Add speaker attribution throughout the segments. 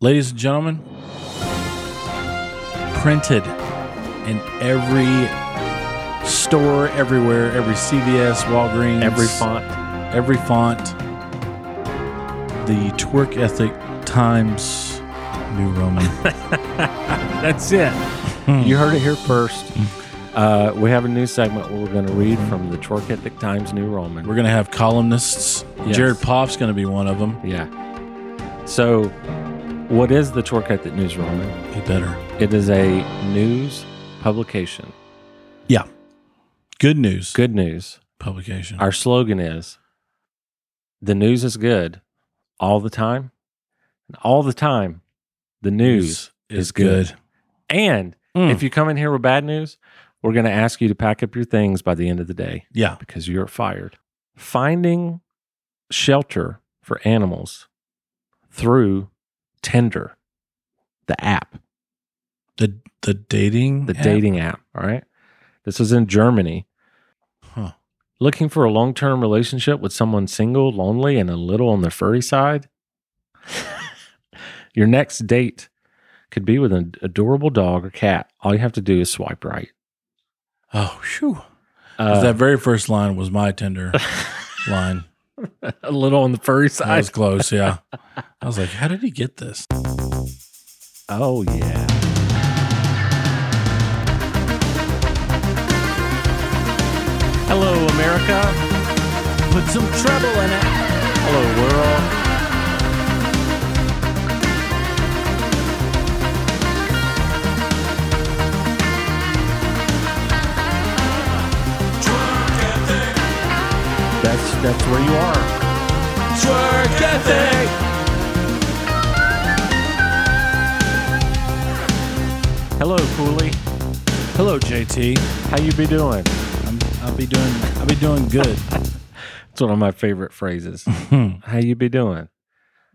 Speaker 1: Ladies and gentlemen, printed in every store, everywhere, every CVS, Walgreens,
Speaker 2: Every font.
Speaker 1: every font. The twerk ethic times New Roman.
Speaker 2: That's it. You heard it here first. Uh, we have a new segment where we're going to read from the Twerk Ethic Times New Roman.
Speaker 1: We're gonna have columnists.
Speaker 2: Yes.
Speaker 1: Jared Poff's gonna be one of them.
Speaker 2: yeah. So, what is the Twerk Ethic News Roman?
Speaker 1: He better.
Speaker 2: It is a news publication.
Speaker 1: Yeah. Good news.
Speaker 2: Good news.
Speaker 1: publication.
Speaker 2: Our slogan is the news is good all the time. And all the time, the news. is good. And
Speaker 1: Mm.
Speaker 2: if you come in here with bad news, we're going to ask you to pack up your things by the end of the day
Speaker 1: Yeah.
Speaker 2: because you're fired. Finding shelter for animals through Tinder, the app
Speaker 1: The the dating
Speaker 2: the
Speaker 1: app?
Speaker 2: dating app. All right. This was in Germany.
Speaker 1: Huh.
Speaker 2: Looking for a long term relationship with someone single, lonely, and a little on the furry side? Your next date could be with an adorable dog or cat. All you have to do is swipe right.
Speaker 1: Oh, shoo.
Speaker 2: Uh,
Speaker 1: that very first line was my Tinder line.
Speaker 2: a little on the furry
Speaker 1: That
Speaker 2: side.
Speaker 1: was close. Yeah. I was like, how did he get this?
Speaker 2: oh, yeah. Hello, America.
Speaker 1: Put some trouble in it.
Speaker 2: Hello, world. That's that's where you are.
Speaker 1: Twerk ethic.
Speaker 2: Hello, Cooley.
Speaker 1: Hello, JT.
Speaker 2: How you be doing?
Speaker 1: I'm, I'll be doing. I'll be doing good.
Speaker 2: It's one of my favorite phrases. How you be doing?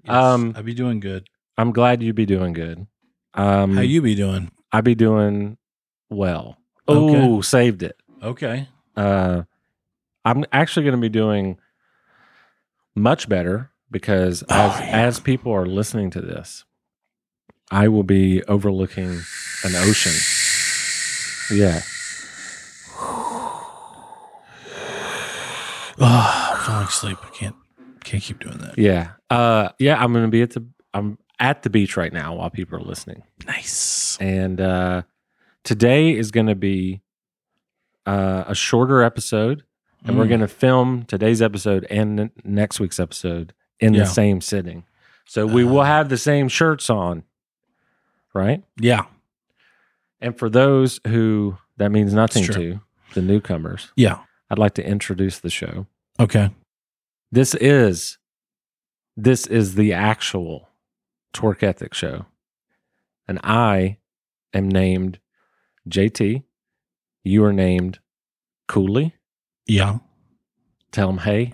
Speaker 2: Um,
Speaker 1: I'll be doing good.
Speaker 2: I'm glad you be doing good. Um,
Speaker 1: How you be doing?
Speaker 2: I be doing well.
Speaker 1: Okay.
Speaker 2: Oh, saved it.
Speaker 1: Okay.
Speaker 2: uh, I'm actually going to be doing much better because
Speaker 1: Oh,
Speaker 2: as
Speaker 1: yeah.
Speaker 2: as people are listening to this, I will be overlooking an ocean. Yeah,
Speaker 1: Oh, I'm falling asleep. I can't. Can't keep doing that.
Speaker 2: yeah, uh, yeah. I'm going to be at the I'm at the beach right now while people are listening,
Speaker 1: Nice.
Speaker 2: and uh, today is going to be uh, a shorter episode, and we're
Speaker 1: Mm.
Speaker 2: going to film today's episode and n- next week's episode in
Speaker 1: Yeah.
Speaker 2: the same sitting. So we will
Speaker 1: Uh.
Speaker 2: have the same shirts on, right?
Speaker 1: Yeah.
Speaker 2: And for those who that means nothing
Speaker 1: true.
Speaker 2: to, the newcomers,
Speaker 1: Yeah.
Speaker 2: I'd like to introduce the show.
Speaker 1: Okay.
Speaker 2: This is this is the actual Twerk Ethic show. And I am named JT. You are named Cooley.
Speaker 1: Yeah.
Speaker 2: Tell them, hey,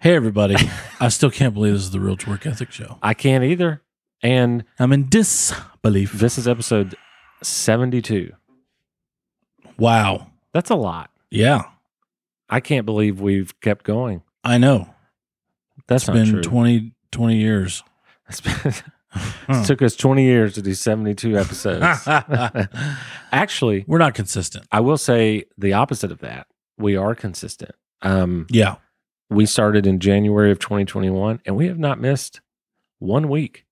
Speaker 1: Hey everybody. I still can't believe this is the real twerk ethic show.
Speaker 2: I can't either. And
Speaker 1: I'm in disbelief.
Speaker 2: this is episode 72.
Speaker 1: Wow.
Speaker 2: That's a lot.
Speaker 1: Yeah.
Speaker 2: I can't believe we've kept going.
Speaker 1: I know.
Speaker 2: That's
Speaker 1: It's
Speaker 2: not
Speaker 1: been
Speaker 2: true.
Speaker 1: twenty twenty 20 years.
Speaker 2: It's been-
Speaker 1: Hmm.
Speaker 2: It took us 20 years to do 72 episodes. Actually,
Speaker 1: We're not consistent.
Speaker 2: I will say the opposite of that. We are consistent. Um,
Speaker 1: Yeah.
Speaker 2: we started in January of 2021, and we have not missed one week.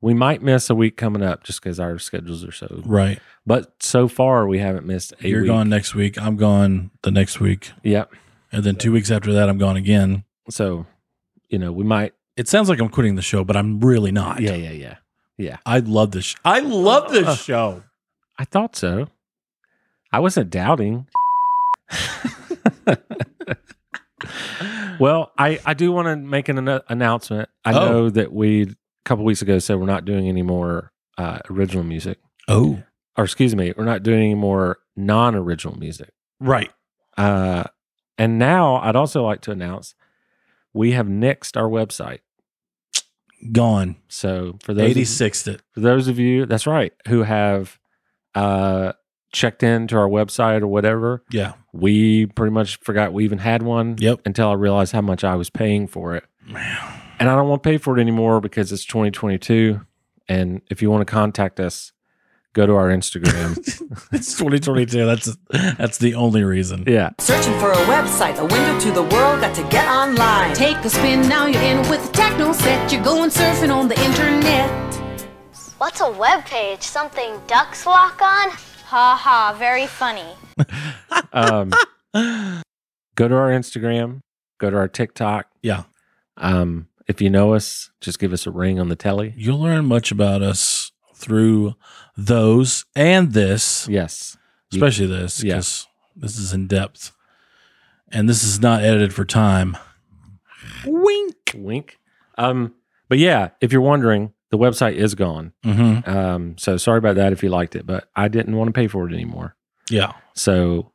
Speaker 2: We might miss a week coming up just because our schedules are so.
Speaker 1: Right.
Speaker 2: But so far, we haven't missed a
Speaker 1: You're
Speaker 2: week.
Speaker 1: gone next week. I'm gone the next week.
Speaker 2: Yep.
Speaker 1: And then two weeks after that, I'm gone again.
Speaker 2: So, you know, we might.
Speaker 1: It sounds like I'm quitting the show, but I'm really not.
Speaker 2: Yeah, yeah, yeah.
Speaker 1: I love this. Sh- I love this show.
Speaker 2: I thought so. I wasn't doubting. well, I, I do want to make an anno- announcement. I
Speaker 1: Oh.
Speaker 2: know that we a couple weeks ago said we're not doing any more uh, original music,
Speaker 1: Oh,
Speaker 2: or excuse me, we're not doing any more non original music.
Speaker 1: right.
Speaker 2: Uh, and now I'd also like to announce we have nixed our website.
Speaker 1: Gone.
Speaker 2: So for those of-
Speaker 1: 86th it.
Speaker 2: for those of you that's right who have uh, checked into our website or whatever,
Speaker 1: Yeah.
Speaker 2: we pretty much forgot we even had one
Speaker 1: Yep.
Speaker 2: until I realized how much I was paying for it. And I don't want to pay for it anymore because it's 2022 And if you want to contact us, go to our Instagram.
Speaker 1: it's 2022. That's that's the only reason.
Speaker 2: yeah.
Speaker 3: Searching for a website, a window to the world, got to get online.
Speaker 4: Take a spin, now you're in with the techno set. You're going surfing on the internet.
Speaker 5: What's a web page? Something ducks walk on? Ha ha, very funny.
Speaker 2: Um, go to our Instagram, go to our TikTok.
Speaker 1: Yeah.
Speaker 2: Um, if you know us, just give us a ring on the telly.
Speaker 1: You'll learn much about us through those and this,
Speaker 2: Yes. You-
Speaker 1: especially this,
Speaker 2: Yeah.
Speaker 1: because this is in depth. And this is not edited for time. Wink.
Speaker 2: Wink. Um, but yeah, if you're wondering, the website is gone.
Speaker 1: hmm
Speaker 2: Um, so sorry about that if you liked it, but I didn't want to pay for it anymore.
Speaker 1: Yeah.
Speaker 2: So,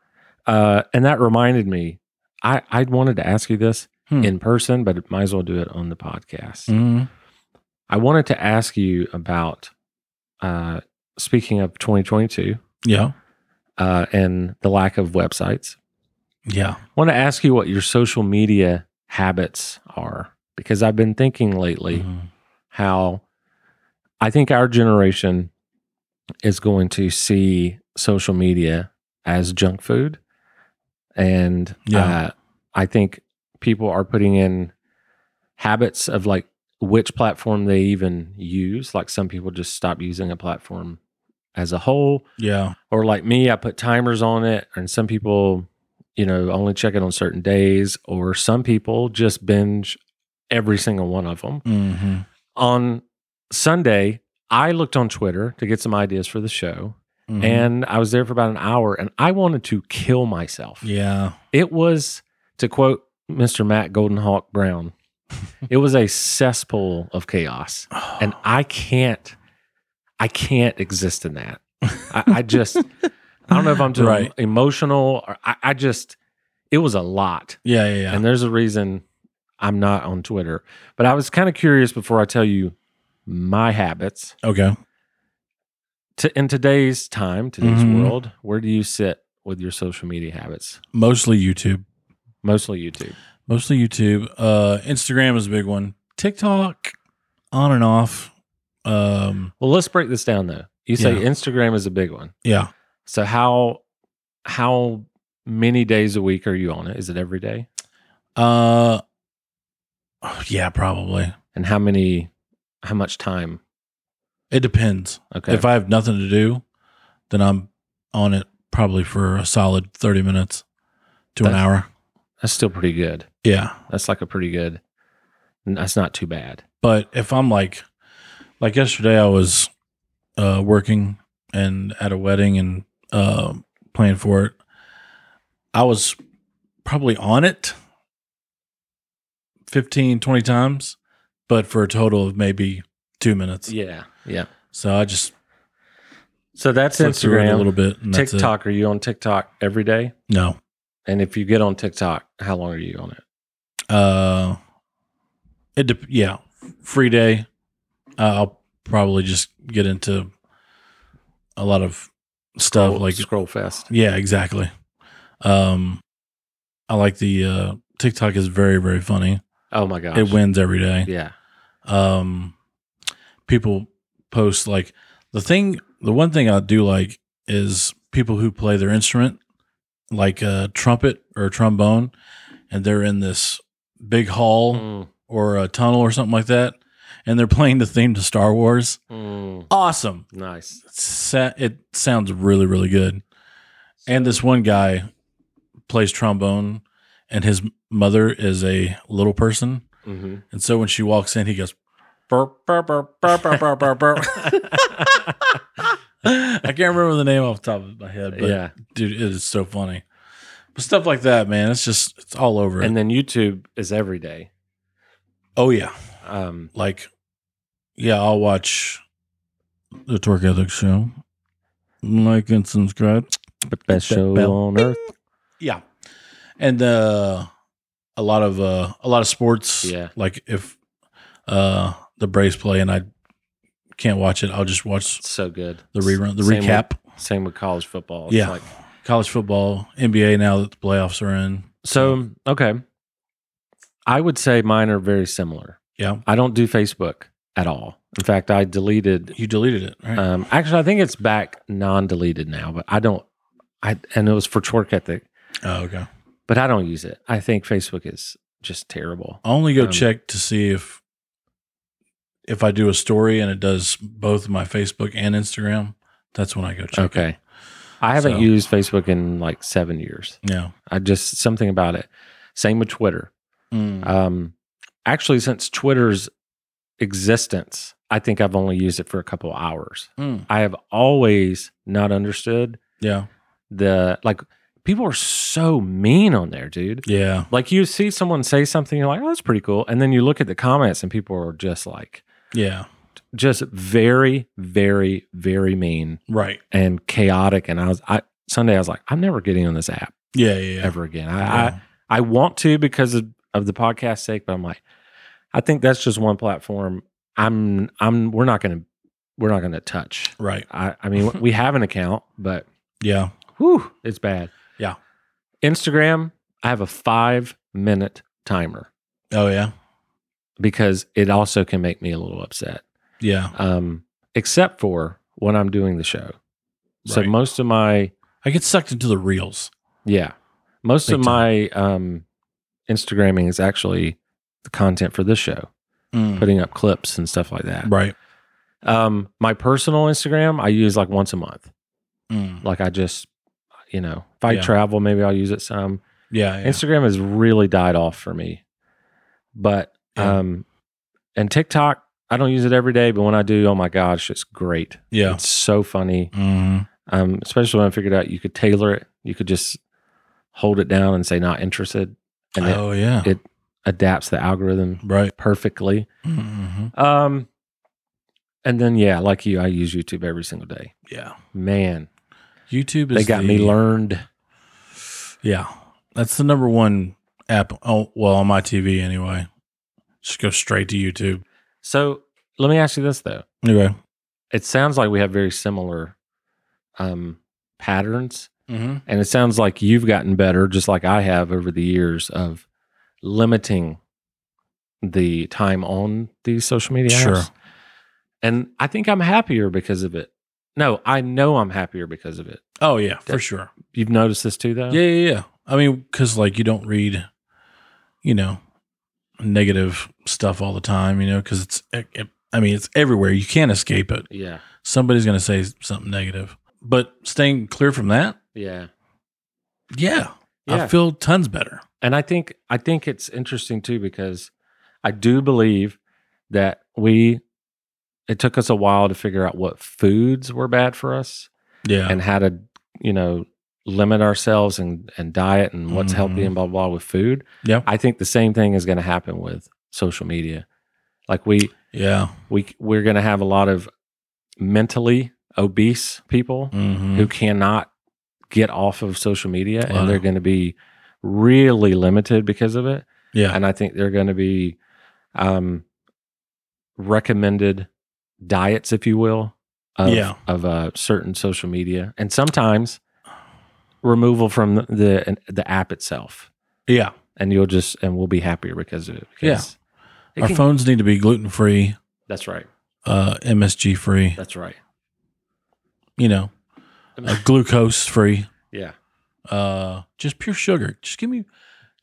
Speaker 2: uh, and that reminded me, I I wanted to ask you this
Speaker 1: Hmm.
Speaker 2: in person, but it might as well do it on the podcast.
Speaker 1: hmm
Speaker 2: I wanted to ask you about, uh, speaking of 2022
Speaker 1: Yeah.
Speaker 2: uh, and the lack of websites.
Speaker 1: Yeah.
Speaker 2: I want to ask you what your social media habits are because I've been thinking lately
Speaker 1: Mhm.
Speaker 2: how I think our generation is going to see social media as junk food. And
Speaker 1: Yeah.
Speaker 2: uh, I think people are putting in habits of like which platform they even use. Like some people just stop using a platform as a whole
Speaker 1: Yeah.
Speaker 2: or like me, I put timers on it, and some people, you know, only check it on certain days, or some people just binge every single one of them.
Speaker 1: hmm
Speaker 2: On Sunday, I looked on Twitter to get some ideas for the show,
Speaker 1: Mm-hmm.
Speaker 2: and I was there for about an hour, and I wanted to kill myself.
Speaker 1: yeah.
Speaker 2: It was, to quote Mr. Matt Golden Hawk Brown, it was a cesspool of chaos and I can't, I can't exist in that. I, I just, I don't know if I'm too
Speaker 1: Right.
Speaker 2: emotional. Or I, I just, it was a lot,
Speaker 1: yeah. Yeah. Yeah.
Speaker 2: and there's a reason I'm not on Twitter. But I was kind of curious before I tell you my habits.
Speaker 1: Okay.
Speaker 2: To, in today's time, today's
Speaker 1: Mhm.
Speaker 2: world, where do you sit with your social media habits?
Speaker 1: Mostly YouTube.
Speaker 2: Mostly YouTube.
Speaker 1: Mostly YouTube. Uh, Instagram is a big one. TikTok, on and off. Um,
Speaker 2: Well, let's break this down though. You say
Speaker 1: Yeah.
Speaker 2: Instagram is a big one.
Speaker 1: yeah.
Speaker 2: So how how many days a week are you on it? Is it every day?
Speaker 1: Uh, oh, yeah, probably.
Speaker 2: and how many how much time
Speaker 1: It depends.
Speaker 2: okay
Speaker 1: If I have nothing to do, then I'm on it probably for a solid 30 minutes to an
Speaker 2: That's-
Speaker 1: hour.
Speaker 2: that's still pretty good
Speaker 1: Yeah.
Speaker 2: that's like a pretty good that's not too bad
Speaker 1: But if I'm like, like yesterday, I was uh, working and at a wedding and uh, playing for it. I was probably on it 15, 20 times, but for a total of maybe two minutes.
Speaker 2: yeah yeah
Speaker 1: So I just
Speaker 2: so that's
Speaker 1: flipped through it
Speaker 2: instagram
Speaker 1: a little bit. And that's it.
Speaker 2: tiktok are you on tiktok every day
Speaker 1: No.
Speaker 2: and if you get on tiktok how long are you on it
Speaker 1: Uh, it dep yeah, free day. Uh, I'll probably just get into a lot of stuff
Speaker 2: Scroll-
Speaker 1: like
Speaker 2: Oh, scroll fast
Speaker 1: yeah, exactly. Um, I like the uh, TikTok is very very funny.
Speaker 2: oh my gosh
Speaker 1: It wins every day.
Speaker 2: yeah
Speaker 1: Um, people post like the thing. The one thing I do like is people who play their instrument, like a trumpet or a trombone, and they're in this big hall
Speaker 2: Mm,
Speaker 1: or a tunnel or something like that, and they're playing the theme to Star Wars.
Speaker 2: mm,
Speaker 1: Awesome.
Speaker 2: nice
Speaker 1: Sa- it sounds really, really good. And this one guy plays trombone, and his mother is a little person.
Speaker 2: Mhm.
Speaker 1: And so when she walks in, he goes,
Speaker 2: Burp, burp, burp, burp, burp, burp, burp, burp.
Speaker 1: I can't remember the name off the top of my head, but
Speaker 2: yeah
Speaker 1: dude, it is so funny. But stuff like that, man, it's just, it's all over.
Speaker 2: and
Speaker 1: it.
Speaker 2: then youtube is every day
Speaker 1: oh, yeah.
Speaker 2: um
Speaker 1: like yeah i'll watch the torque ethic show like and subscribe
Speaker 2: the best show
Speaker 1: Bell.
Speaker 2: on earth
Speaker 1: yeah and uh a lot of uh a lot of sports
Speaker 2: Yeah.
Speaker 1: like if uh the braves play and i can't watch it i'll just watch
Speaker 2: It's so good
Speaker 1: the rerun the
Speaker 2: Same with-
Speaker 1: recap
Speaker 2: Same with college football. It's
Speaker 1: Yeah.
Speaker 2: like-
Speaker 1: college football nba now that the playoffs are in
Speaker 2: so, okay. I would say mine are very similar.
Speaker 1: yeah
Speaker 2: I don't do Facebook at all. In fact, I deleted.
Speaker 1: You deleted it, right?
Speaker 2: Um, actually, I think it's back non-deleted now, but I don't. I and it was for Twerk Ethic,
Speaker 1: oh, okay.
Speaker 2: but I don't use it. I think Facebook is just terrible.
Speaker 1: I'll only go
Speaker 2: um,
Speaker 1: check to see if if I do a story and it does both my Facebook and Instagram. That's when I go check.
Speaker 2: Okay, I haven't
Speaker 1: So-
Speaker 2: used Facebook in like seven years.
Speaker 1: It. Yeah.
Speaker 2: I just something about it. Same with Twitter.
Speaker 1: Mm.
Speaker 2: Um, actually, since Twitter's existence, I think I've only used it for a couple hours.
Speaker 1: Mm.
Speaker 2: I have always not understood
Speaker 1: Yeah.
Speaker 2: the like people are so mean on there, dude.
Speaker 1: Yeah.
Speaker 2: Like you see someone say something, you're like, oh, that's pretty cool. And then you look at the comments and people are just like
Speaker 1: Yeah.
Speaker 2: just very, very, very mean
Speaker 1: Right.
Speaker 2: and chaotic. And I was I Sunday I was like, I'm never getting on this app
Speaker 1: Yeah. Yeah. yeah.
Speaker 2: ever again. I, I
Speaker 1: Yeah.
Speaker 2: I want to because of, of the podcast sake, but I'm like, I think that's just one platform. I'm I'm we're not gonna we're not gonna touch.
Speaker 1: right.
Speaker 2: I I mean we have an account, but
Speaker 1: Yeah.
Speaker 2: whew, it's bad.
Speaker 1: Yeah.
Speaker 2: Instagram, I have a five minute timer
Speaker 1: Oh yeah.
Speaker 2: because it also can make me a little upset.
Speaker 1: Yeah.
Speaker 2: Um, except for when I'm doing the show. So
Speaker 1: Right.
Speaker 2: most of my
Speaker 1: I get sucked into the reels.
Speaker 2: Yeah. Most
Speaker 1: Big
Speaker 2: of my um, Instagramming is actually the content for this show,
Speaker 1: Mm.
Speaker 2: putting up clips and stuff like that.
Speaker 1: Right.
Speaker 2: Um, my personal Instagram, I use like once a month.
Speaker 1: Mm.
Speaker 2: Like I just, you know, if I
Speaker 1: Yeah.
Speaker 2: travel, maybe I'll use it some.
Speaker 1: Yeah. Yeah.
Speaker 2: Instagram has really died off for me. But,
Speaker 1: Yeah.
Speaker 2: um, and TikTok, I don't use it every day, but when I do, oh my gosh, it's great.
Speaker 1: yeah.
Speaker 2: It's so funny.
Speaker 1: Mm.
Speaker 2: um, especially when I figured out you could tailor it. You could just hold it down and say not interested, and it
Speaker 1: Oh yeah.
Speaker 2: it- adapts the algorithm
Speaker 1: right.
Speaker 2: perfectly.
Speaker 1: Mm-hmm.
Speaker 2: Um, and then yeah, like you, I use YouTube every single day.
Speaker 1: Yeah.
Speaker 2: Man,
Speaker 1: YouTube is
Speaker 2: they got
Speaker 1: the,
Speaker 2: me learned.
Speaker 1: Yeah. That's the number one app. Oh, well, on my TV anyway. Just go straight to YouTube.
Speaker 2: So let me ask you this though:
Speaker 1: Anyway.
Speaker 2: It sounds like we have very similar um, patterns,
Speaker 1: Mm-hmm.
Speaker 2: and it sounds like you've gotten better, just like I have over the years of limiting the time on these social media apps.
Speaker 1: Sure.
Speaker 2: and I think I'm happier because of it. No, I know I'm happier because of it.
Speaker 1: Oh yeah, for
Speaker 2: That-
Speaker 1: sure.
Speaker 2: You've noticed this too, though.
Speaker 1: Yeah, yeah, yeah. I mean, because like you don't read, you know, negative stuff all the time. You know, because it's. It, it, I mean, it's everywhere. You can't escape it.
Speaker 2: yeah,
Speaker 1: Somebody's going to say something negative. But staying clear from that,
Speaker 2: yeah.
Speaker 1: yeah, I
Speaker 2: Yeah.
Speaker 1: feel tons better.
Speaker 2: And I think I think it's interesting too because I do believe that we. It took us a while to figure out what foods were bad for us
Speaker 1: Yeah,
Speaker 2: and how to, you know, limit ourselves and and diet and what's healthy
Speaker 1: Mhm.
Speaker 2: and blah blah with food.
Speaker 1: yeah,
Speaker 2: I think the same thing is going to happen with social media. Like we
Speaker 1: yeah.
Speaker 2: we we're going to have a lot of mentally obese people
Speaker 1: hmm
Speaker 2: who cannot get off of social media
Speaker 1: Wow.
Speaker 2: and they're going to be really limited because of it
Speaker 1: Yeah,
Speaker 2: and i think they're going to be um, recommended diets if you will of,
Speaker 1: Yeah.
Speaker 2: of uh, certain social media and sometimes removal from the the app itself
Speaker 1: yeah.
Speaker 2: and you'll just and we'll be happier because of it
Speaker 1: Yeah.
Speaker 2: because it
Speaker 1: Our
Speaker 2: can-
Speaker 1: phones need to be gluten free,
Speaker 2: that's right
Speaker 1: uh, MSG free.
Speaker 2: that's right
Speaker 1: You know, uh, glucose free.
Speaker 2: yeah
Speaker 1: Uh, just pure sugar. Just give me,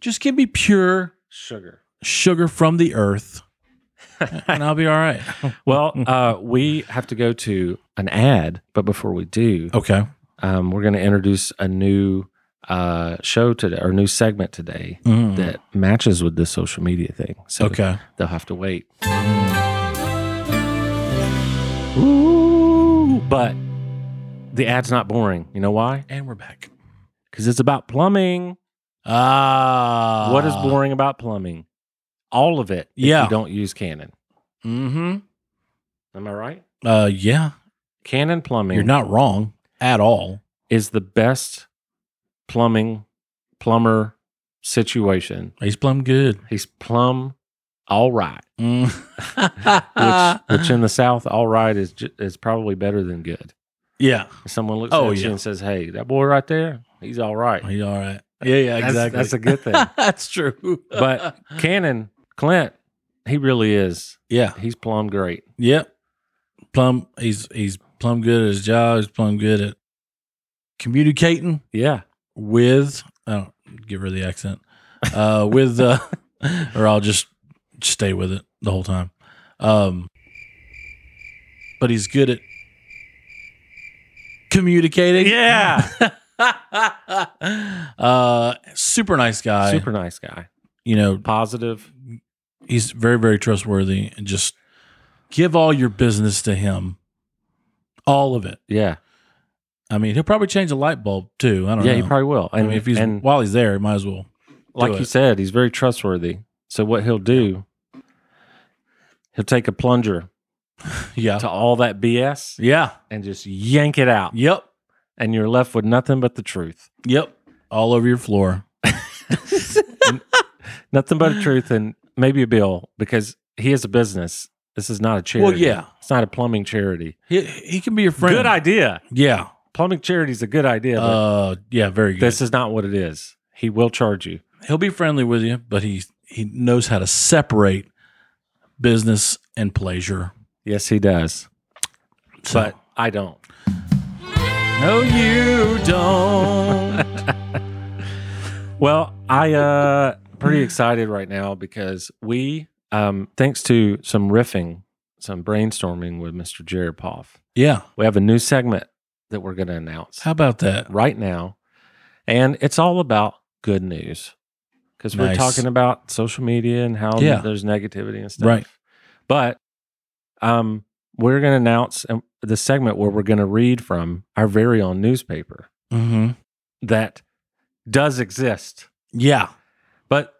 Speaker 1: just give me pure
Speaker 2: sugar
Speaker 1: sugar from the earth, and I'll be all right.
Speaker 2: Well, uh, we have to go to an ad, but before we do,
Speaker 1: Okay.
Speaker 2: um, we're going to introduce a new uh, show today or new segment today
Speaker 1: Mm.
Speaker 2: that matches with the social media thing. So
Speaker 1: Okay.
Speaker 2: they'll have to wait. Ooh, but the ad's not boring. You know why?
Speaker 1: And we're back.
Speaker 2: Because it's about plumbing.
Speaker 1: Ah,
Speaker 2: what is boring about plumbing? All of it. if
Speaker 1: Yeah.
Speaker 2: you don't use Canon.
Speaker 1: Mm-hmm.
Speaker 2: Am I right?
Speaker 1: Uh, yeah,
Speaker 2: Canon plumbing.
Speaker 1: you're not wrong at all.
Speaker 2: is the best plumbing plumber situation.
Speaker 1: He's plumb good.
Speaker 2: He's plumb all right,
Speaker 1: Mm. Uh.
Speaker 2: which, which in the South, all right is ju- is probably better than good.
Speaker 1: yeah,
Speaker 2: If someone looks
Speaker 1: Oh,
Speaker 2: at
Speaker 1: yeah.
Speaker 2: you and says, "Hey, that boy right there, he's all right."
Speaker 1: he's all right. Yeah, yeah,
Speaker 2: That's-
Speaker 1: exactly.
Speaker 2: that's a good thing.
Speaker 1: that's true.
Speaker 2: But Cannon Clint, he really is.
Speaker 1: yeah,
Speaker 2: He's plumb great.
Speaker 1: yep. plumb he's he's plumb good at his job. He's plumb good at communicating
Speaker 2: Yeah.
Speaker 1: with. I don't get rid of the accent. Uh, with uh, or I'll just stay with it the whole time. Um, but he's good at communicating.
Speaker 2: Yeah.
Speaker 1: uh, super nice guy.
Speaker 2: Super nice guy.
Speaker 1: You know,
Speaker 2: Positive.
Speaker 1: he's very very trustworthy and just give all your business to him all of it
Speaker 2: Yeah.
Speaker 1: i mean he'll probably change a light bulb too i don't
Speaker 2: Yeah,
Speaker 1: know
Speaker 2: he probably will.
Speaker 1: i
Speaker 2: And,
Speaker 1: mean if he's
Speaker 2: and
Speaker 1: while he's there he might as well
Speaker 2: like
Speaker 1: do
Speaker 2: you
Speaker 1: it.
Speaker 2: said, he's very trustworthy. So what he'll do, he'll take a plunger
Speaker 1: yeah
Speaker 2: to all that BS
Speaker 1: yeah
Speaker 2: and just yank it out.
Speaker 1: yep
Speaker 2: And you're left with nothing but the truth.
Speaker 1: yep all over your floor
Speaker 2: Nothing but the truth and maybe a bill because he has a business. This is not a charity.
Speaker 1: Well, yeah.
Speaker 2: It's not a plumbing charity.
Speaker 1: he, he can be your friend
Speaker 2: Good idea.
Speaker 1: yeah
Speaker 2: Plumbing charity is a good idea, but
Speaker 1: uh yeah very good
Speaker 2: this is not what it is. He will charge you.
Speaker 1: he'll be friendly with you but he he knows how to separate business and pleasure
Speaker 2: Yes, he does.
Speaker 1: So-
Speaker 2: But I don't.
Speaker 1: no you don't
Speaker 2: Well, I uh pretty excited right now because we um thanks to some riffing, some brainstorming with Mr. Jared Poff,
Speaker 1: yeah
Speaker 2: we have a new segment that we're gonna announce
Speaker 1: how about that
Speaker 2: right now. And it's all about good news. Because we're
Speaker 1: Nice.
Speaker 2: talking about social media and how
Speaker 1: Yeah.
Speaker 2: there's negativity and stuff.
Speaker 1: Right.
Speaker 2: But um we're gonna announce um, the segment where we're gonna read from our very own newspaper
Speaker 1: mm-hmm
Speaker 2: that does exist.
Speaker 1: yeah
Speaker 2: But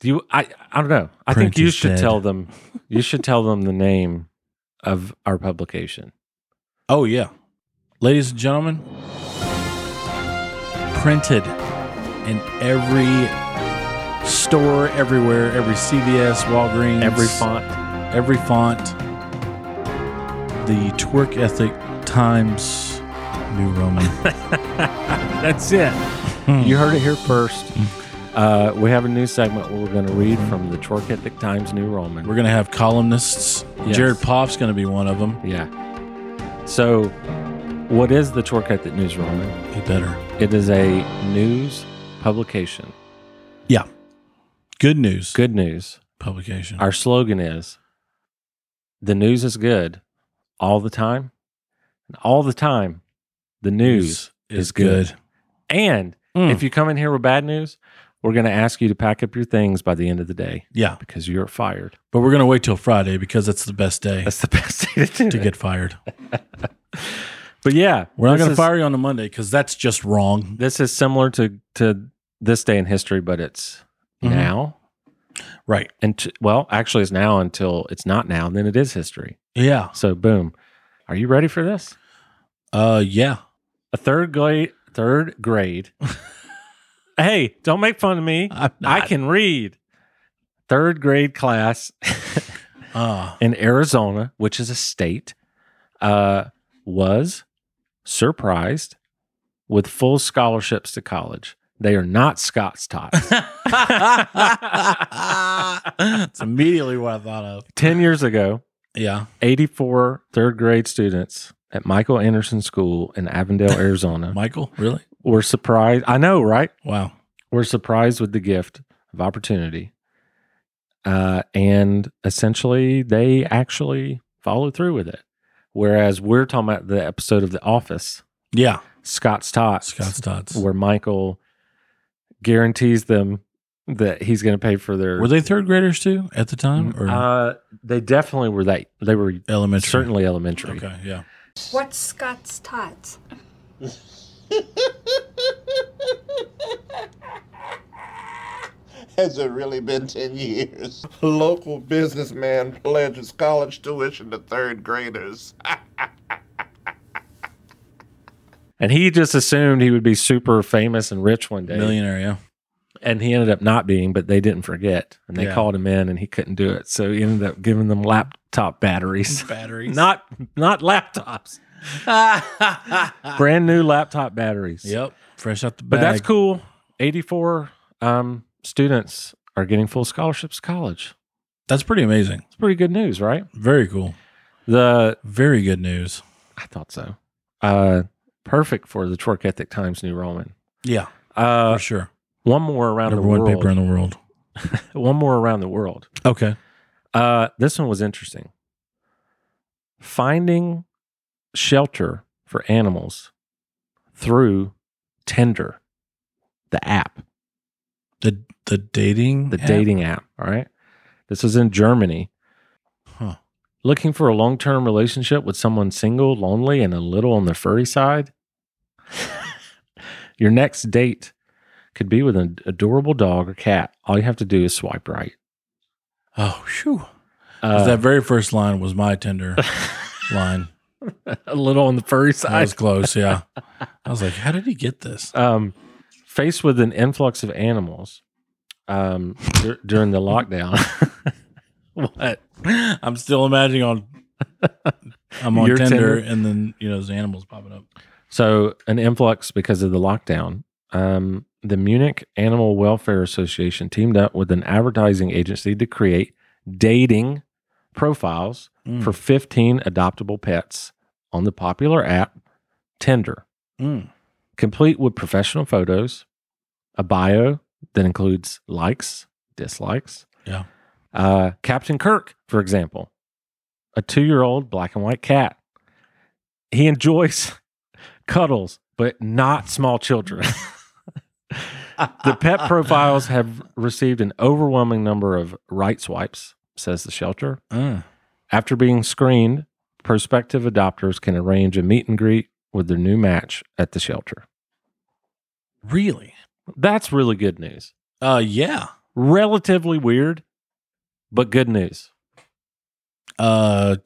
Speaker 2: do you? I I don't know. I think
Speaker 1: Print
Speaker 2: you
Speaker 1: is
Speaker 2: should
Speaker 1: dead.
Speaker 2: tell them. You should tell them the name of our publication.
Speaker 1: Oh, yeah. Ladies and gentlemen, printed in every store, everywhere, every CVS, Walgreens,
Speaker 2: Every font.
Speaker 1: every font, the Twerk Ethic Times New Roman.
Speaker 2: That's it. You heard it here first. Uh, we have a new segment where we're going to read from the Twerk Ethic Times New Roman.
Speaker 1: We're going to have columnists.
Speaker 2: Yes.
Speaker 1: Jared Poff's going to be one of them.
Speaker 2: yeah. So, what is the Twerk Ethic News Roman?
Speaker 1: He better.
Speaker 2: It is a news publication.
Speaker 1: Yeah. Good news.
Speaker 2: Good news.
Speaker 1: publication.
Speaker 2: Our slogan is the news is good all the time. And all the time, the news is good. Hmm. And
Speaker 1: Mm.
Speaker 2: if you come in here with bad news, we're going to ask you to pack up your things by the end of the day
Speaker 1: Yeah.
Speaker 2: because you're fired.
Speaker 1: But we're going to wait till Friday because that's the best day
Speaker 2: That's the best day to do.
Speaker 1: to
Speaker 2: it.
Speaker 1: get fired.
Speaker 2: but yeah,
Speaker 1: We're not
Speaker 2: this
Speaker 1: going to
Speaker 2: is-
Speaker 1: fire you on a Monday because that's just wrong.
Speaker 2: This is similar to to this day in history, but it's
Speaker 1: Mhm.
Speaker 2: now.
Speaker 1: Right.
Speaker 2: And t- well, actually, it's now until it's not now, and then it is history.
Speaker 1: Yeah.
Speaker 2: So, boom. Are you ready for this?
Speaker 1: Uh. Yeah.
Speaker 2: a third grade third grade hey don't make fun of me
Speaker 1: I'm
Speaker 2: Uh, i
Speaker 1: not.
Speaker 2: can read third grade class
Speaker 1: Uh,
Speaker 2: in arizona which is a state uh, was surprised with full scholarships to college they are not scots tots
Speaker 1: uh. it's immediately what I thought of.
Speaker 2: 10 years ago
Speaker 1: Yeah.
Speaker 2: 84 third grade students at michael anderson school in avondale arizona
Speaker 1: Michael. Really?
Speaker 2: were surprised i know right
Speaker 1: Wow.
Speaker 2: were surprised with the gift of opportunity. Uh, and essentially, they actually followed through with it. Whereas we're talking about the episode of The Office,
Speaker 1: Yeah.
Speaker 2: Scott's Tots,
Speaker 1: Scott's Tots.
Speaker 2: where Michael guarantees them that he's going to pay for their.
Speaker 1: Were they third graders too at the time, or
Speaker 2: Uh, they definitely were that. They were
Speaker 1: elementary?
Speaker 2: certainly elementary.
Speaker 1: Okay. Yeah.
Speaker 6: What's Scott's Tots?
Speaker 7: Has it really been 10 years? Local businessman pledges college tuition to third graders.
Speaker 2: And he just assumed he would be super famous and rich one day.
Speaker 1: Millionaire. Yeah.
Speaker 2: and he ended up not being, but they didn't forget, and they
Speaker 1: Yeah.
Speaker 2: called him in, and he couldn't do it, so he ended up giving them laptop batteries,
Speaker 1: Batteries.
Speaker 2: not not laptops, brand new laptop batteries.
Speaker 1: Yep. Fresh out the bag.
Speaker 2: but that's cool. Eighty four um, students are getting full scholarships to college.
Speaker 1: That's pretty amazing.
Speaker 2: It's pretty good news, right?
Speaker 1: Very cool.
Speaker 2: The
Speaker 1: Very good news.
Speaker 2: I thought so. Uh, perfect for the Twerk Ethic Times New Roman.
Speaker 1: Yeah,
Speaker 2: Uh,
Speaker 1: for sure.
Speaker 2: one more around
Speaker 1: Number
Speaker 2: the
Speaker 1: one
Speaker 2: world.
Speaker 1: paper in the world.
Speaker 2: one more around the world.
Speaker 1: Okay.
Speaker 2: Uh, this one was interesting. Finding shelter for animals through Tinder, the app,
Speaker 1: The the dating
Speaker 2: the
Speaker 1: app?
Speaker 2: dating app. All right. This was in Germany.
Speaker 1: Huh.
Speaker 2: Looking for a long term relationship with someone single, lonely, and a little on the furry side? Your next date could be with an adorable dog or cat. All you have to do is swipe right.
Speaker 1: Oh, shoo. 'Cause
Speaker 2: Uh,
Speaker 1: that very first line was my Tinder line.
Speaker 2: a little on the furry
Speaker 1: That
Speaker 2: side.
Speaker 1: was close. Yeah. I was like, how did he get this?
Speaker 2: um, faced with an influx of animals um, dur- during the lockdown. what?
Speaker 1: I'm still imagining on. I'm on
Speaker 2: Your
Speaker 1: Tinder,
Speaker 2: Tinder?
Speaker 1: and then you know, there's animals popping up.
Speaker 2: So an influx because of the lockdown. Um, the Munich Animal Welfare Association teamed up with an advertising agency to create dating profiles
Speaker 1: Mm.
Speaker 2: for 15 adoptable pets on the popular app Tinder.
Speaker 1: Mm.
Speaker 2: complete with professional photos, a bio that includes likes, dislikes.
Speaker 1: Yeah.
Speaker 2: Uh, Captain Kirk, for example, a two year old black and white cat. He enjoys cuddles, but not small children. the pet profiles have received an overwhelming number of right swipes, says the shelter.
Speaker 1: Mm.
Speaker 2: After being screened, prospective adopters can arrange a meet and greet with their new match at the shelter.
Speaker 1: Really?
Speaker 2: That's really good news.
Speaker 1: Uh, yeah.
Speaker 2: Relatively weird, but good news.
Speaker 1: Uh,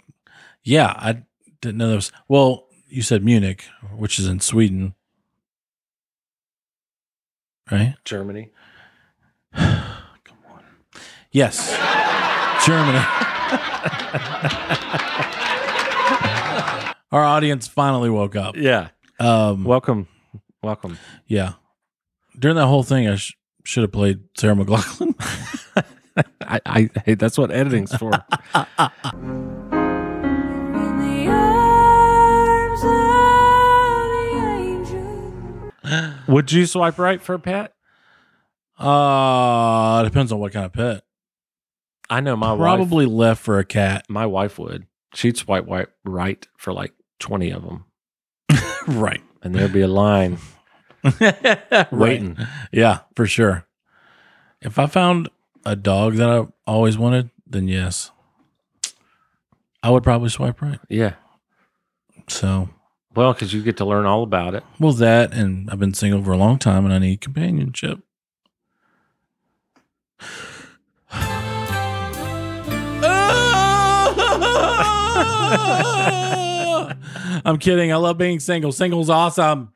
Speaker 1: yeah. I didn't know that was. Well, you said Munich, which is in Sweden, right?
Speaker 2: Germany.
Speaker 1: Yes, Germany. Our audience finally woke up.
Speaker 2: Yeah.
Speaker 1: Um,
Speaker 2: Welcome. Welcome.
Speaker 1: yeah. During that whole thing, I sh- should have played Sarah McLaughlin.
Speaker 2: I, I hey, that's what editing's for. Would you swipe right for a pet?
Speaker 1: uh, depends on what kind of pet.
Speaker 2: I know my wife.
Speaker 1: Probably left for a cat.
Speaker 2: My wife would. She'd swipe wi- right for like twenty of them,
Speaker 1: right.
Speaker 2: and there'd be a line waiting.
Speaker 1: Yeah, for sure. If I found a dog that I always wanted, then yes, I would probably swipe right.
Speaker 2: Yeah.
Speaker 1: So,
Speaker 2: Well, because you get to learn all about it.
Speaker 1: well, that and I've been single for a long time and I need companionship. I'm kidding. I love being single. Single's awesome.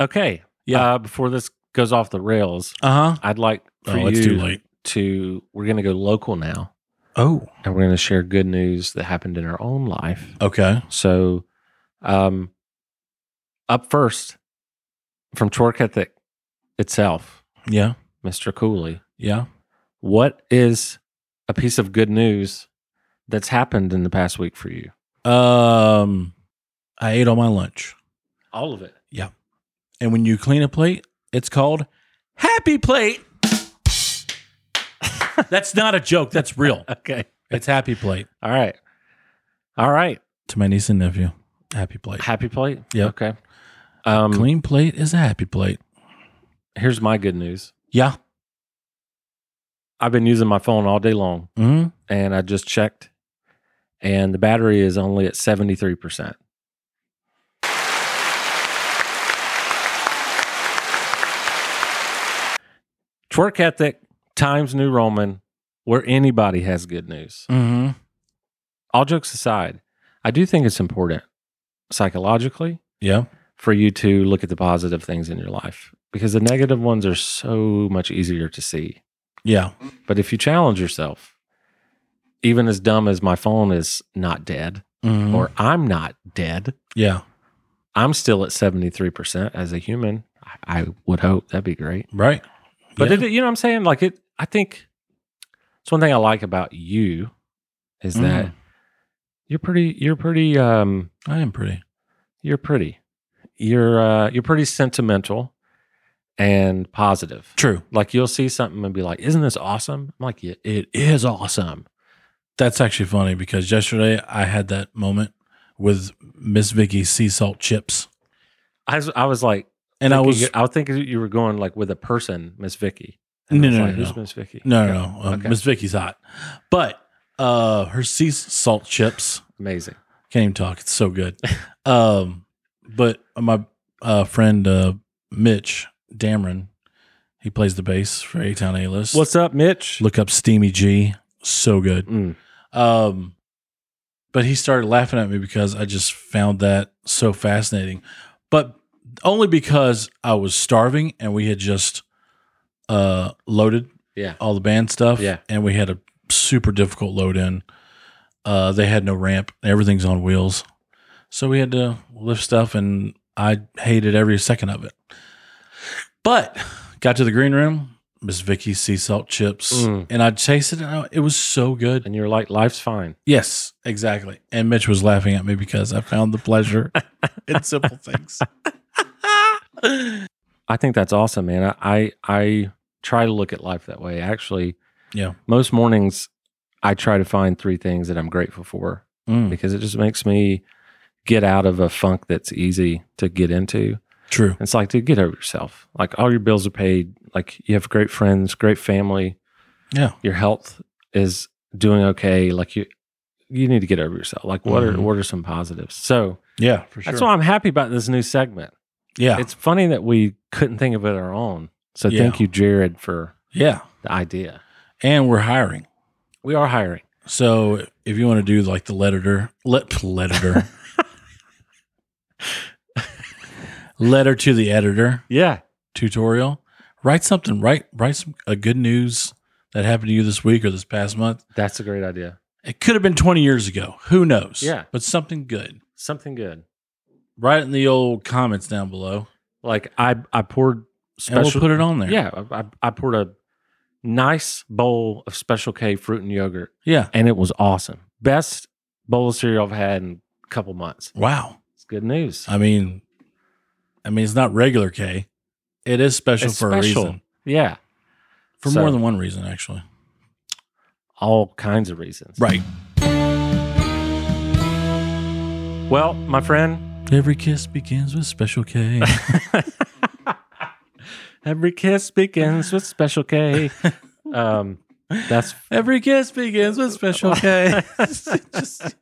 Speaker 2: Okay.
Speaker 1: Yeah.
Speaker 2: Uh, before this goes off the rails,
Speaker 1: Uh huh.
Speaker 2: I'd like for
Speaker 1: Oh,
Speaker 2: you
Speaker 1: it's too late.
Speaker 2: to. We're gonna go local now.
Speaker 1: Oh,
Speaker 2: and we're going to share good news that happened in our own life.
Speaker 1: okay.
Speaker 2: So, um, up first from Twerk Ethic itself,
Speaker 1: Yeah.
Speaker 2: Mr. Cooley,
Speaker 1: Yeah.
Speaker 2: what is a piece of good news that's happened in the past week for you?
Speaker 1: Um, I ate all my lunch,
Speaker 2: All of it.
Speaker 1: and when you clean a plate, it's called happy plate. that's not a joke. That's real.
Speaker 2: Okay.
Speaker 1: It's happy plate
Speaker 2: All right. All right.
Speaker 1: to my niece and nephew. Happy plate.
Speaker 2: Happy plate.
Speaker 1: Yep.
Speaker 2: Okay. Um,
Speaker 1: Clean plate is a happy plate.
Speaker 2: Here's my good news.
Speaker 1: Yeah.
Speaker 2: I've been using my phone all day long
Speaker 1: hmm
Speaker 2: and I just checked and the battery is only at 73%. Twerk Ethic, Times New Roman, where anybody has good news.
Speaker 1: hmm
Speaker 2: All jokes aside, I do think it's important psychologically
Speaker 1: Yeah.
Speaker 2: for you to look at the positive things in your life because the negative ones are so much easier to see.
Speaker 1: Yeah.
Speaker 2: But if you challenge yourself, even as dumb as my phone is not dead,
Speaker 1: Mhm.
Speaker 2: or I'm not dead,
Speaker 1: yeah.
Speaker 2: I'm still at 73% as a human. I, I would hope that'd be great.
Speaker 1: Right.
Speaker 2: But
Speaker 1: Yeah.
Speaker 2: it, you know what I'm saying? Like it, Mm. I think it's one thing I like about you is that You're pretty. You're pretty. Um,
Speaker 1: I am pretty.
Speaker 2: you're pretty. You're uh, you're pretty sentimental and positive.
Speaker 1: True.
Speaker 2: Like you'll see something and be like, "Isn't this awesome?" I'm like, "Yeah, it is awesome."
Speaker 1: That's actually funny because yesterday I had that moment with Miss Vicky's sea salt chips,
Speaker 2: I was, I was like,
Speaker 1: and I
Speaker 2: thinking-
Speaker 1: was
Speaker 2: I was thinking you were going like with a person, Miss Vicky.
Speaker 1: No,
Speaker 2: I was
Speaker 1: no,
Speaker 2: like,
Speaker 1: no,
Speaker 2: Who's
Speaker 1: no.
Speaker 2: Miss Vicky?
Speaker 1: no,
Speaker 2: Okay.
Speaker 1: no, no. Um,
Speaker 2: Okay.
Speaker 1: Miss Vicky's hot, but uh, her sea salt chips
Speaker 2: Amazing.
Speaker 1: can't even talk. It's so good. um, but my uh, friend uh, Mitch Dameron, he plays the bass for A Town A List.
Speaker 2: What's up, Mitch?
Speaker 1: Look up Steamy G. So good.
Speaker 2: Mm.
Speaker 1: Um, but he started laughing at me because I just found that so fascinating. But only because I was starving and we had just uh, loaded
Speaker 2: Yeah.
Speaker 1: all the band stuff.
Speaker 2: Yeah.
Speaker 1: And we had a super difficult load in. Uh, they had no ramp, everything's on wheels. So we had to lift stuff, and I hated every second of it. But got to the green room, Miss Vicky's sea salt chips,
Speaker 2: Mm.
Speaker 1: and I tasted it. and I- It was so good.
Speaker 2: And you're like, life's fine.
Speaker 1: Yes, exactly. And Mitch was laughing at me because I found the pleasure in simple things.
Speaker 2: I think that's awesome, man. I, I I try to look at life that way. Actually,
Speaker 1: Yeah.
Speaker 2: most mornings I try to find three things that I'm grateful for
Speaker 1: Mm,
Speaker 2: because it just makes me get out of a funk that's easy to get into.
Speaker 1: true.
Speaker 2: It's like to get over yourself. Like all your bills are paid. Like you have great friends, great family.
Speaker 1: Yeah.
Speaker 2: Your health is doing okay. Like you you need to get over yourself. Like what
Speaker 1: Mhm.
Speaker 2: are what are some positives? So
Speaker 1: Yeah, for sure.
Speaker 2: that's why I'm happy about this new segment.
Speaker 1: yeah.
Speaker 2: It's funny that we couldn't think of it our own. So
Speaker 1: Yeah.
Speaker 2: thank you, Jared, for
Speaker 1: yeah.
Speaker 2: the idea.
Speaker 1: And we're hiring.
Speaker 2: We are hiring.
Speaker 1: So if you want to do like the letter, let letter, letter to the editor
Speaker 2: Yeah.
Speaker 1: tutorial, write something. Write write some a good news that happened to you this week or this past month.
Speaker 2: That's a great idea.
Speaker 1: It could have been twenty years ago. Who knows?
Speaker 2: Yeah.
Speaker 1: but something good.
Speaker 2: Something good.
Speaker 1: Write it in the old comments down below,
Speaker 2: Like I I poured
Speaker 1: and we'll
Speaker 2: special
Speaker 1: put it on there.
Speaker 2: Yeah, I, I, I poured a nice bowl of Special K fruit and yogurt,
Speaker 1: yeah.
Speaker 2: and it was awesome. Best bowl of cereal I've had in a couple months.
Speaker 1: Wow.
Speaker 2: It's good news.
Speaker 1: I mean, I mean, it's not regular K. It is special
Speaker 2: It's
Speaker 1: for
Speaker 2: special.
Speaker 1: a reason.
Speaker 2: Yeah,
Speaker 1: For
Speaker 2: So-
Speaker 1: more than one reason, actually.
Speaker 2: all kinds of reasons.
Speaker 1: Right.
Speaker 2: Well, my friend,
Speaker 1: Every kiss begins with special K.
Speaker 2: every kiss begins with Special K. um, that's
Speaker 1: Every kiss begins with special K. Just-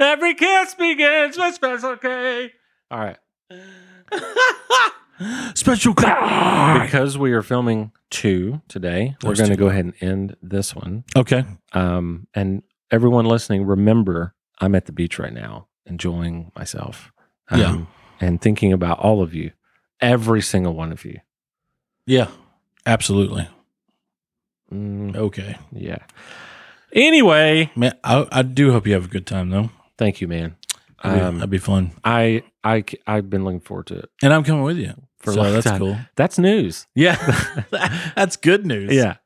Speaker 2: every kiss begins with Special K. All right.
Speaker 1: special K.
Speaker 2: Because we are filming two today, we're
Speaker 1: There's
Speaker 2: going to
Speaker 1: two.
Speaker 2: go ahead and end this one.
Speaker 1: okay.
Speaker 2: Um, and everyone listening, remember, I'm at the beach right now, enjoying myself. Um,
Speaker 1: Yeah.
Speaker 2: And thinking about all of you, every single one of you.
Speaker 1: Yeah. Absolutely.
Speaker 2: Mm,
Speaker 1: Okay.
Speaker 2: yeah. Anyway,
Speaker 1: Man, I, I do hope you have a good time, though.
Speaker 2: thank you, man.
Speaker 1: That'd be,
Speaker 2: Um,
Speaker 1: that'd be fun.
Speaker 2: I, I, have been looking forward to it
Speaker 1: And I'm coming with you.
Speaker 2: for a
Speaker 1: so
Speaker 2: long
Speaker 1: that's
Speaker 2: time.
Speaker 1: cool.
Speaker 2: That's news.
Speaker 1: Yeah. that's good news.
Speaker 2: Yeah.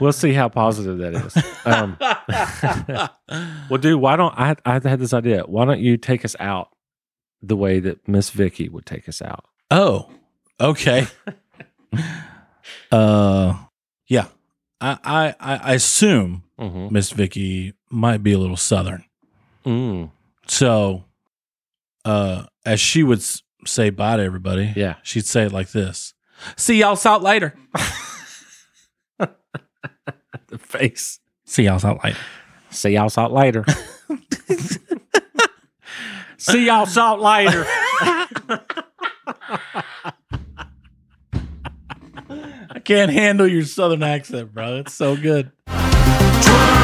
Speaker 2: We'll see how positive that is. Um, well, dude, why don't I? I had this idea. Why don't you take us out the way that Miss Vicky would take us out?
Speaker 1: Oh, okay. uh, yeah. I I I I assume
Speaker 2: Mm-hmm.
Speaker 1: Miss Vicky might be a little southern,
Speaker 2: Mm,
Speaker 1: so uh, as she would s- say bye to everybody,
Speaker 2: yeah.
Speaker 1: she'd say it like this: "See y'all out later.
Speaker 2: The face.
Speaker 1: See y'all out later."
Speaker 2: See y'all salt later. See y'all salt later.
Speaker 1: I can't handle your southern accent, bro. It's so good.
Speaker 3: Try